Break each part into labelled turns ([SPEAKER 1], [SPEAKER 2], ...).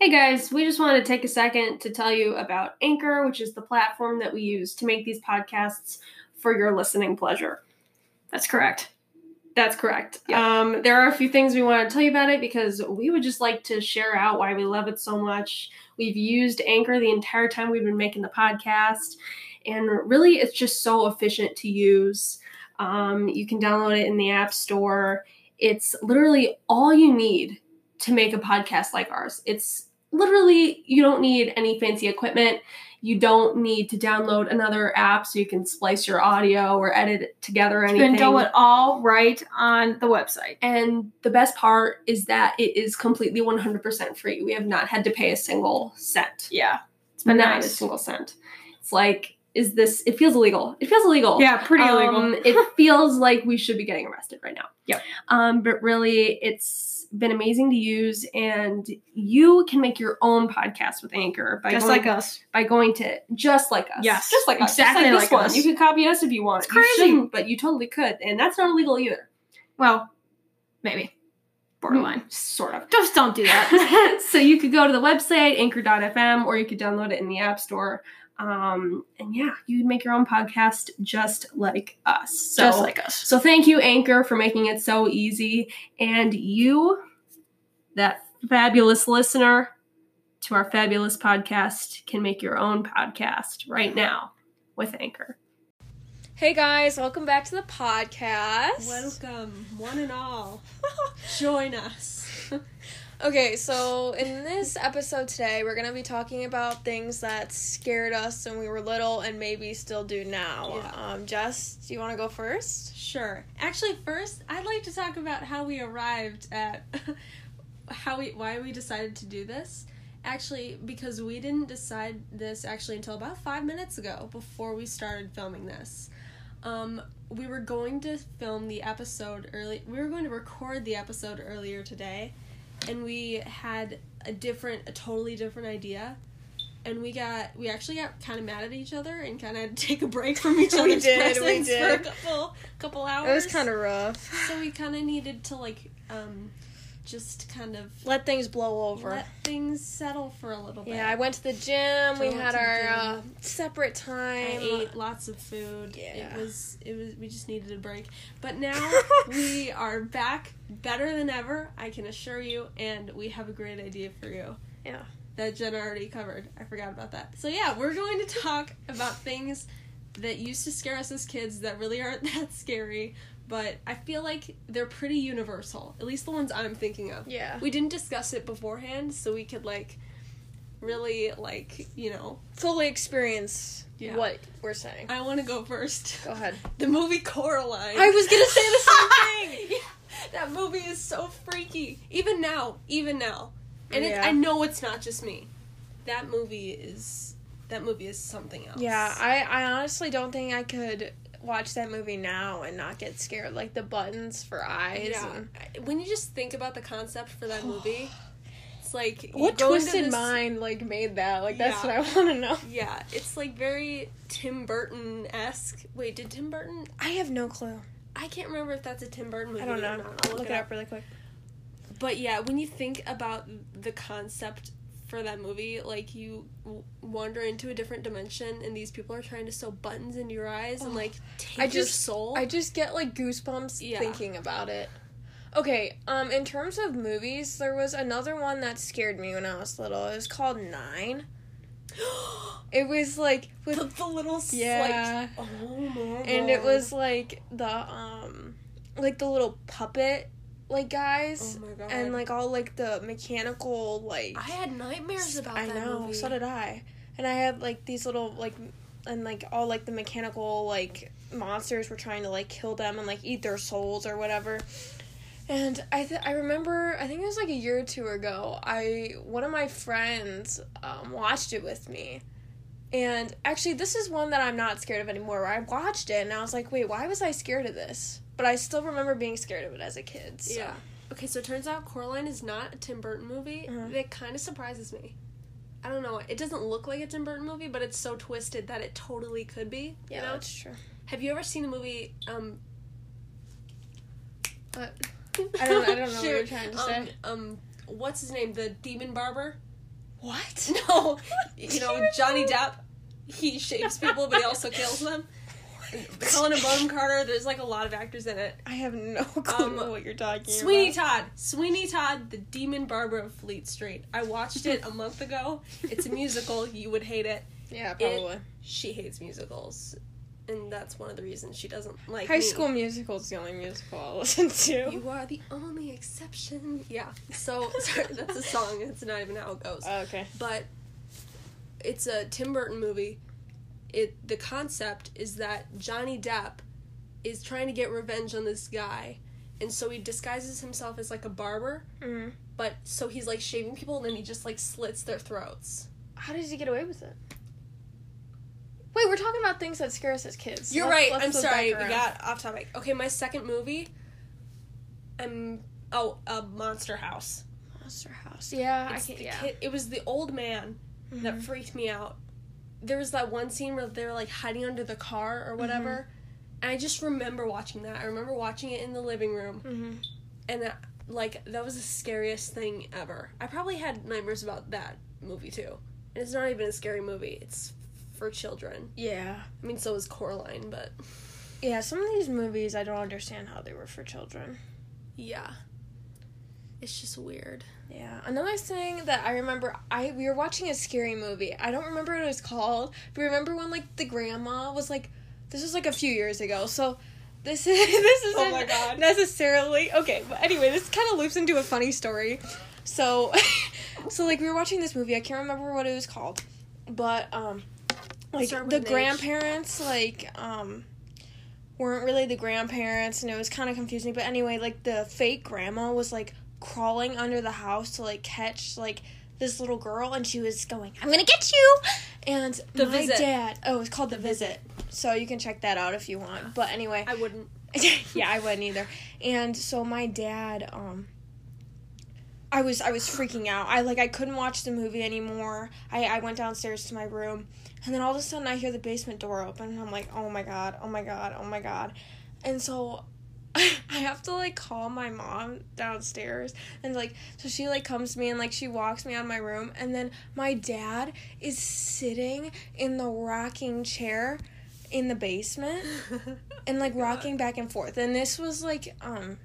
[SPEAKER 1] Hey guys, we just wanted to take a second to tell you about Anchor, which is the platform that we use to make these podcasts for your listening pleasure. That's correct. That's correct. Um, there are a few things we want to tell you about it because we would just like to share out why we love it so much. We've used Anchor the entire time we've been making the podcast, and really it's just so efficient to use. Um, you can download it in the App Store. It's literally all you need to make a podcast like ours. It's literally you don't need any fancy equipment. You don't need to download another app so you can splice your audio or edit it together or
[SPEAKER 2] You
[SPEAKER 1] anything.
[SPEAKER 2] can do it all right on the website.
[SPEAKER 1] And the best part is that it is completely 100% free. We have not had to pay a single cent.
[SPEAKER 2] Yeah, it's
[SPEAKER 1] Not
[SPEAKER 2] been
[SPEAKER 1] a
[SPEAKER 2] nice.
[SPEAKER 1] single cent. It's like, is this, it feels illegal. It feels illegal.
[SPEAKER 2] Yeah, pretty
[SPEAKER 1] Um,
[SPEAKER 2] illegal.
[SPEAKER 1] it feels like we should be getting arrested right now.
[SPEAKER 2] Yep.
[SPEAKER 1] Um, but really, it's been amazing to use, and you can make your own podcast with Anchor by
[SPEAKER 2] Just
[SPEAKER 1] going,
[SPEAKER 2] like us.
[SPEAKER 1] by going to just like us.
[SPEAKER 2] Yes,
[SPEAKER 1] just like us.
[SPEAKER 2] exactly
[SPEAKER 1] just like, this
[SPEAKER 2] like
[SPEAKER 1] one.
[SPEAKER 2] us.
[SPEAKER 1] You could copy us if you want.
[SPEAKER 2] It's
[SPEAKER 1] You
[SPEAKER 2] crazy.
[SPEAKER 1] shouldn't, but you totally could, and that's not illegal either.
[SPEAKER 2] Well, maybe
[SPEAKER 3] Mm.
[SPEAKER 2] borderline.
[SPEAKER 1] sort of.
[SPEAKER 2] Just don't do that.
[SPEAKER 1] so you could go to the website anchor.fm or you could download it in the app store um, and yeah you would make your own podcast just like us so,
[SPEAKER 2] Just like us.
[SPEAKER 1] so thank you anchor for making it so easy and you that fabulous listener to our fabulous podcast can make your own podcast right now with anchor
[SPEAKER 3] Hey guys, welcome back to the podcast.
[SPEAKER 1] welcome one and all join us
[SPEAKER 3] Okay, so in this episode today, we're going to be talking about things that scared us when we were little and maybe still do now.
[SPEAKER 4] Yeah.
[SPEAKER 3] Um, Jess, do you want to go first?
[SPEAKER 4] Sure. Actually, first, I'd like to talk about how we arrived at how we why we decided to do this. Actually, because we didn't decide this actually until about five minutes ago before we started filming this. Um, we were going to film the episode early. We were going to record the episode earlier today, and we had a different, a totally different idea. And we got, we actually got kind of mad at each other and kind of had to take a break from each
[SPEAKER 3] We
[SPEAKER 4] other's
[SPEAKER 3] did, we
[SPEAKER 4] presence for a
[SPEAKER 3] did.
[SPEAKER 4] couple, couple hours.
[SPEAKER 3] It was kind of rough.
[SPEAKER 4] So we kind of needed to like, um, just kind of
[SPEAKER 3] Let things blow over.
[SPEAKER 4] let things settle for a little bit.
[SPEAKER 3] yeah, I went to the gym.
[SPEAKER 4] So I
[SPEAKER 3] we
[SPEAKER 4] went
[SPEAKER 3] had
[SPEAKER 4] to the
[SPEAKER 3] our
[SPEAKER 4] gym.
[SPEAKER 3] uh, separate
[SPEAKER 4] I
[SPEAKER 3] time.
[SPEAKER 4] ate lots of food.
[SPEAKER 3] Yeah.
[SPEAKER 4] It was it was we just needed a break. But now we are back better than ever, I can assure you, and we have a great idea for you.
[SPEAKER 3] Yeah.
[SPEAKER 4] That Jenna already covered. I forgot about that. So yeah, we're going to talk about things that used to scare us as kids that really aren't that scary, but I feel like they're pretty universal. At least the ones I'm thinking of.
[SPEAKER 3] Yeah.
[SPEAKER 4] We didn't discuss it beforehand, so we could like really like, you know,
[SPEAKER 3] Fully experience
[SPEAKER 4] Yeah.
[SPEAKER 3] what we're saying.
[SPEAKER 4] I want to go first.
[SPEAKER 3] Go ahead.
[SPEAKER 4] The movie Coraline.
[SPEAKER 3] I was going to say the same thing.
[SPEAKER 4] Yeah, that movie is so freaky. Even now, even now, and it's,
[SPEAKER 3] Yeah.
[SPEAKER 4] I know it's not just me. That movie is that movie is something else.
[SPEAKER 3] Yeah, I, I honestly don't think I could watch that movie now and not get scared. Like the buttons for eyes.
[SPEAKER 4] yeah.
[SPEAKER 3] And...
[SPEAKER 4] I- When you just think about the concept for that movie, it's like you
[SPEAKER 3] What
[SPEAKER 4] go into
[SPEAKER 3] twisted
[SPEAKER 4] this-
[SPEAKER 3] mind like made that? Like that's
[SPEAKER 4] Yeah.
[SPEAKER 3] what I want to know.
[SPEAKER 4] Yeah, it's like very Tim Burton esque. Wait, did Tim Burton?
[SPEAKER 3] I have no clue.
[SPEAKER 4] I can't remember if that's a Tim Burton movie.
[SPEAKER 3] I don't
[SPEAKER 4] or
[SPEAKER 3] know.
[SPEAKER 4] not.
[SPEAKER 3] I'll look it up really quick.
[SPEAKER 4] But yeah, when you think about the concept for that movie, like you w- wander into a different dimension and these people are trying to sew buttons into your eyes and like take
[SPEAKER 3] I
[SPEAKER 4] your
[SPEAKER 3] just-
[SPEAKER 4] soul.
[SPEAKER 3] I just get like goosebumps
[SPEAKER 4] Yeah.
[SPEAKER 3] thinking about it. Okay, um in terms of movies, there was another one that scared me when I was little. It was called Nine. It was like with
[SPEAKER 4] the, the little s-
[SPEAKER 3] yeah.
[SPEAKER 4] like oh my
[SPEAKER 3] and it
[SPEAKER 4] God.
[SPEAKER 3] was like the um like the little puppet like guys
[SPEAKER 4] oh my god
[SPEAKER 3] and like all like the mechanical like
[SPEAKER 4] I had nightmares about
[SPEAKER 3] I
[SPEAKER 4] that
[SPEAKER 3] know
[SPEAKER 4] movie.
[SPEAKER 3] so did I and I had like these little like m- and like all like the mechanical like monsters were trying to like kill them and like eat their souls or whatever and I th- I remember I think it was like a year or two ago I one of my friends um, watched it with me and actually, this is one that I'm not scared of anymore. Where I watched it and I was like, wait, why was I scared of this? But I still remember being scared of it as a kid. So.
[SPEAKER 4] yeah. Okay, so it turns out Coraline is not a Tim Burton movie.
[SPEAKER 3] Uh-huh.
[SPEAKER 4] That kind of surprises me. I don't know. It doesn't look like a Tim Burton movie, but it's so twisted that it totally could be.
[SPEAKER 3] Yeah,
[SPEAKER 4] you know?
[SPEAKER 3] that's true.
[SPEAKER 4] Have you ever seen a movie? Um,
[SPEAKER 3] What? I don't- I don't know what you're trying to
[SPEAKER 4] um,
[SPEAKER 3] say.
[SPEAKER 4] Um, what's his name? The demon barber?
[SPEAKER 3] What?
[SPEAKER 4] No, you know Johnny Depp. He shapes people, but he also kills them. Colin and Bonham Carter. There's like a lot of actors in it.
[SPEAKER 3] I have no clue
[SPEAKER 4] Um,
[SPEAKER 3] what you're talking
[SPEAKER 4] Sweeney
[SPEAKER 3] about.
[SPEAKER 4] Todd. Sweeney Todd, the demon barber of Fleet Street. I watched it a month ago. It's a musical. You would hate it.
[SPEAKER 3] yeah, probably.
[SPEAKER 4] She hates musicals, and that's one of the reasons she doesn't like
[SPEAKER 3] High
[SPEAKER 4] me.
[SPEAKER 3] School Musical is the only musical I listen to.
[SPEAKER 4] You are the only exception. Yeah. So sorry, that's a song. It's not even how it goes.
[SPEAKER 3] Oh, okay.
[SPEAKER 4] but it's a Tim Burton movie. It the concept is that Johnny Depp is trying to get revenge on this guy, and so he disguises himself as like a barber.
[SPEAKER 3] Mm.
[SPEAKER 4] But so he's like shaving people, and then he just like slits their throats.
[SPEAKER 3] How does he get away with it? Wait, we're talking about things that scare us as kids.
[SPEAKER 4] You're
[SPEAKER 3] Let's-
[SPEAKER 4] right.
[SPEAKER 3] let's
[SPEAKER 4] I'm
[SPEAKER 3] flip
[SPEAKER 4] sorry.
[SPEAKER 3] back
[SPEAKER 4] We
[SPEAKER 3] around.
[SPEAKER 4] got off topic. Okay, my second movie. I'm oh a Monster House.
[SPEAKER 3] Monster House. Yeah,
[SPEAKER 4] It's
[SPEAKER 3] I can.
[SPEAKER 4] the
[SPEAKER 3] Yeah.
[SPEAKER 4] kid- it was the old man that
[SPEAKER 3] Mhm.
[SPEAKER 4] freaked me out. There was that one scene where they're like hiding under the car
[SPEAKER 3] Mm-hmm.
[SPEAKER 4] or whatever. And I just remember watching that. I remember watching it in the living room.
[SPEAKER 3] Mhm.
[SPEAKER 4] And that, like, that was the scariest thing ever. I probably had nightmares about that movie too. And it's not even a scary movie, it's for children.
[SPEAKER 3] Yeah.
[SPEAKER 4] I mean, so is Coraline, but
[SPEAKER 3] Yeah. Some of these movies, I don't understand how they were for children.
[SPEAKER 4] yeah. It's just weird.
[SPEAKER 3] Yeah. Another thing that I remember, I we were watching a scary movie. I don't remember what it was called, but remember when like the grandma was like, this was like a few years ago. So this is this is
[SPEAKER 4] Oh my God.
[SPEAKER 3] necessarily okay. But anyway, this kind of loops into a funny story. So, so like we were watching this movie. I can't remember what it was called, but um, like
[SPEAKER 4] Start with
[SPEAKER 3] the
[SPEAKER 4] an H.
[SPEAKER 3] grandparents like um weren't really the grandparents, and it was kind of confusing. But anyway, like the fake grandma was like crawling under the house to like catch like this little girl, and she was going, "I'm gonna get you," and
[SPEAKER 4] The
[SPEAKER 3] my
[SPEAKER 4] Visit.
[SPEAKER 3] dad. Oh, it's called the, visit. So you can check that out if you want. But anyway,
[SPEAKER 4] I wouldn't.
[SPEAKER 3] yeah, I wouldn't either. And so my dad, um, I was I was freaking out. I like I couldn't watch the movie anymore. I I went downstairs to my room, and then all of a sudden I hear the basement door open, and I'm like, oh my god, oh my god, oh my god, and so. I have to like call my mom downstairs and like so she like comes to me and like she walks me out of my room and then my dad is sitting in the rocking chair in the basement and
[SPEAKER 4] Oh
[SPEAKER 3] like rocking back and forth. And this was like um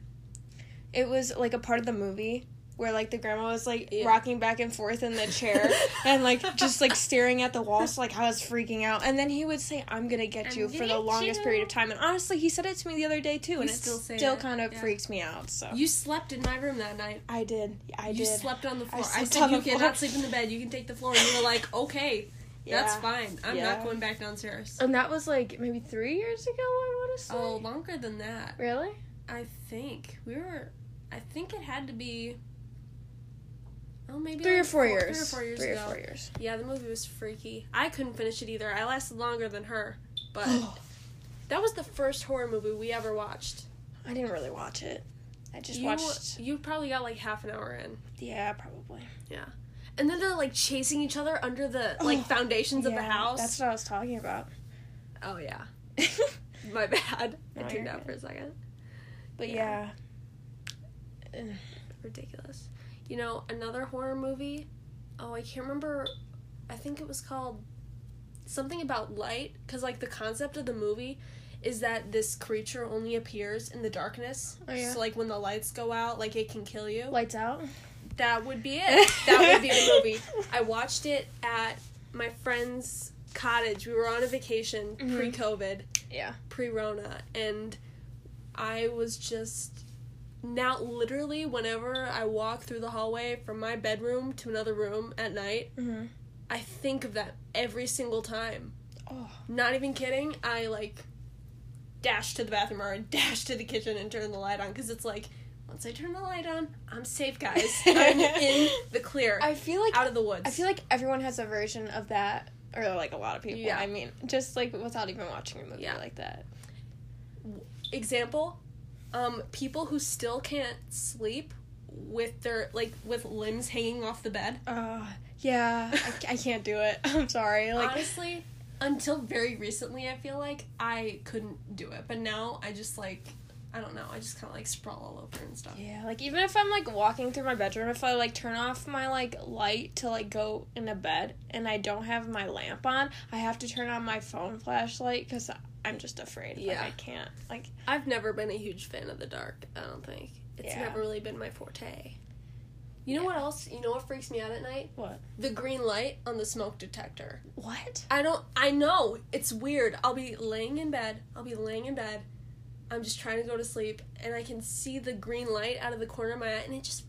[SPEAKER 3] it was like a part of the movie where like the grandma was like
[SPEAKER 4] Yeah.
[SPEAKER 3] rocking back and forth in the chair and like just like staring at the wall so like I was freaking out. And then he would say I'm going to get
[SPEAKER 4] I'm
[SPEAKER 3] you for
[SPEAKER 4] gonna
[SPEAKER 3] the
[SPEAKER 4] get
[SPEAKER 3] longest
[SPEAKER 4] you.
[SPEAKER 3] period of time. And honestly, he said it to me the other day too and it
[SPEAKER 4] still
[SPEAKER 3] still,
[SPEAKER 4] say it,
[SPEAKER 3] kind of
[SPEAKER 4] yeah.
[SPEAKER 3] freaks me out. So
[SPEAKER 4] You slept in my room that night.
[SPEAKER 3] I did. I
[SPEAKER 4] you
[SPEAKER 3] did.
[SPEAKER 4] slept on the floor. I,
[SPEAKER 3] slept
[SPEAKER 4] said
[SPEAKER 3] on
[SPEAKER 4] you
[SPEAKER 3] the
[SPEAKER 4] cannot
[SPEAKER 3] floor."
[SPEAKER 4] sleep in the bed. You can take the floor. And you were like, okay, that's
[SPEAKER 3] Yeah.
[SPEAKER 4] fine. I'm
[SPEAKER 3] Yeah.
[SPEAKER 4] not going back downstairs.
[SPEAKER 3] And that was like maybe 3 years ago, I want to say.
[SPEAKER 4] Oh, longer than that.
[SPEAKER 3] Really?
[SPEAKER 4] I think we were. I think it had to be. Oh, maybe
[SPEAKER 3] 3 or
[SPEAKER 4] like
[SPEAKER 3] 4 years.
[SPEAKER 4] Three or four years ago.
[SPEAKER 3] 4 years.
[SPEAKER 4] Yeah, the movie was freaky. I couldn't finish it either. I lasted longer than her, but that was the first horror movie we ever watched.
[SPEAKER 3] I didn't really watch it. I just
[SPEAKER 4] you,
[SPEAKER 3] watched.
[SPEAKER 4] You probably got like half an hour in,
[SPEAKER 3] Yeah, probably.
[SPEAKER 4] and then they're like chasing each other under the like
[SPEAKER 3] Oh,
[SPEAKER 4] foundations of the
[SPEAKER 3] Yeah,
[SPEAKER 4] house.
[SPEAKER 3] That's what I was talking about.
[SPEAKER 4] oh yeah.
[SPEAKER 3] but
[SPEAKER 4] My bad. I
[SPEAKER 3] No,
[SPEAKER 4] tuned
[SPEAKER 3] you're
[SPEAKER 4] out for a second.
[SPEAKER 3] yeah.
[SPEAKER 4] Yeah. Ridiculous. You know, another horror movie. Oh, I can't remember. I think it was called something about light. Because, like, the concept of the movie is that this creature only appears in the darkness.
[SPEAKER 3] Oh, yeah.
[SPEAKER 4] So, like, when the lights go out, like, it can kill you.
[SPEAKER 3] lights out.
[SPEAKER 4] That would be it. that would be the movie. I watched it at my friend's cottage. We were on a vacation
[SPEAKER 3] Mhm.
[SPEAKER 4] pre COVID.
[SPEAKER 3] Yeah.
[SPEAKER 4] pre Rona, and I was just now literally whenever I walk through the hallway from my bedroom to another room at night,
[SPEAKER 3] Mm-hmm.
[SPEAKER 4] I think of that every single time.
[SPEAKER 3] Oh.
[SPEAKER 4] Not even kidding, I like dash to the bathroom or dash to the kitchen and turn the light on because it's like once I turn the light on, I'm safe, guys. I'm in the clear,
[SPEAKER 3] I feel like
[SPEAKER 4] out of the woods.
[SPEAKER 3] I feel like everyone has a version of that, or like a lot of people.
[SPEAKER 4] Yeah.
[SPEAKER 3] I mean, just like without even watching a movie
[SPEAKER 4] Yeah.
[SPEAKER 3] like that.
[SPEAKER 4] example um people who still can't sleep with their like with limbs hanging off the bed.
[SPEAKER 3] Uh, yeah, I, I can't do it. I'm sorry. Like,
[SPEAKER 4] Honestly, until very recently, I feel like I couldn't do it, but now I just like I don't know. I just kind of like sprawl all over and stuff.
[SPEAKER 3] yeah, like even if I'm like walking through my bedroom, if I like turn off my like light to like go into bed and I don't have my lamp on, I have to turn on my phone flashlight because I'm just afraid.
[SPEAKER 4] Yeah.
[SPEAKER 3] Like, I can't. Like,
[SPEAKER 4] I've never been a huge fan of the dark. I don't think it's
[SPEAKER 3] Yeah.
[SPEAKER 4] never really been my forte. You know what else? You know what freaks me out at night?
[SPEAKER 3] What?
[SPEAKER 4] The green light on the smoke detector.
[SPEAKER 3] what?
[SPEAKER 4] I don't. I know it's weird. I'll be laying in bed. I'll be laying in bed. I'm just trying to go to sleep, and I can see the green light out of the corner of my eye, and it just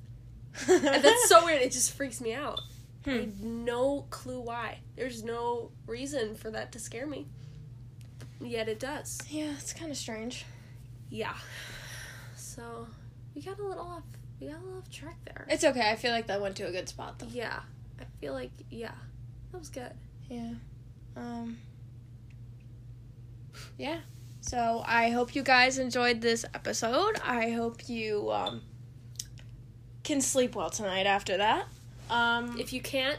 [SPEAKER 4] and that's so weird. It just freaks me out. I
[SPEAKER 3] Hmm.
[SPEAKER 4] have no clue why. There's no reason for that to scare me. Yet it does.
[SPEAKER 3] Yeah, it's kind of strange.
[SPEAKER 4] Yeah. So we got a little off. We got a little off track there.
[SPEAKER 3] It's okay. I feel like that went to a good spot though.
[SPEAKER 4] yeah. I feel like yeah. That was good.
[SPEAKER 3] Yeah. Um. Yeah. So I hope you guys enjoyed this episode. I hope you um can sleep well tonight after that. Um.
[SPEAKER 4] If you can't,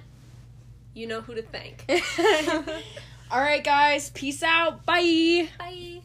[SPEAKER 4] you know who to thank.
[SPEAKER 3] All right, guys. Peace out. Bye.
[SPEAKER 4] Bye.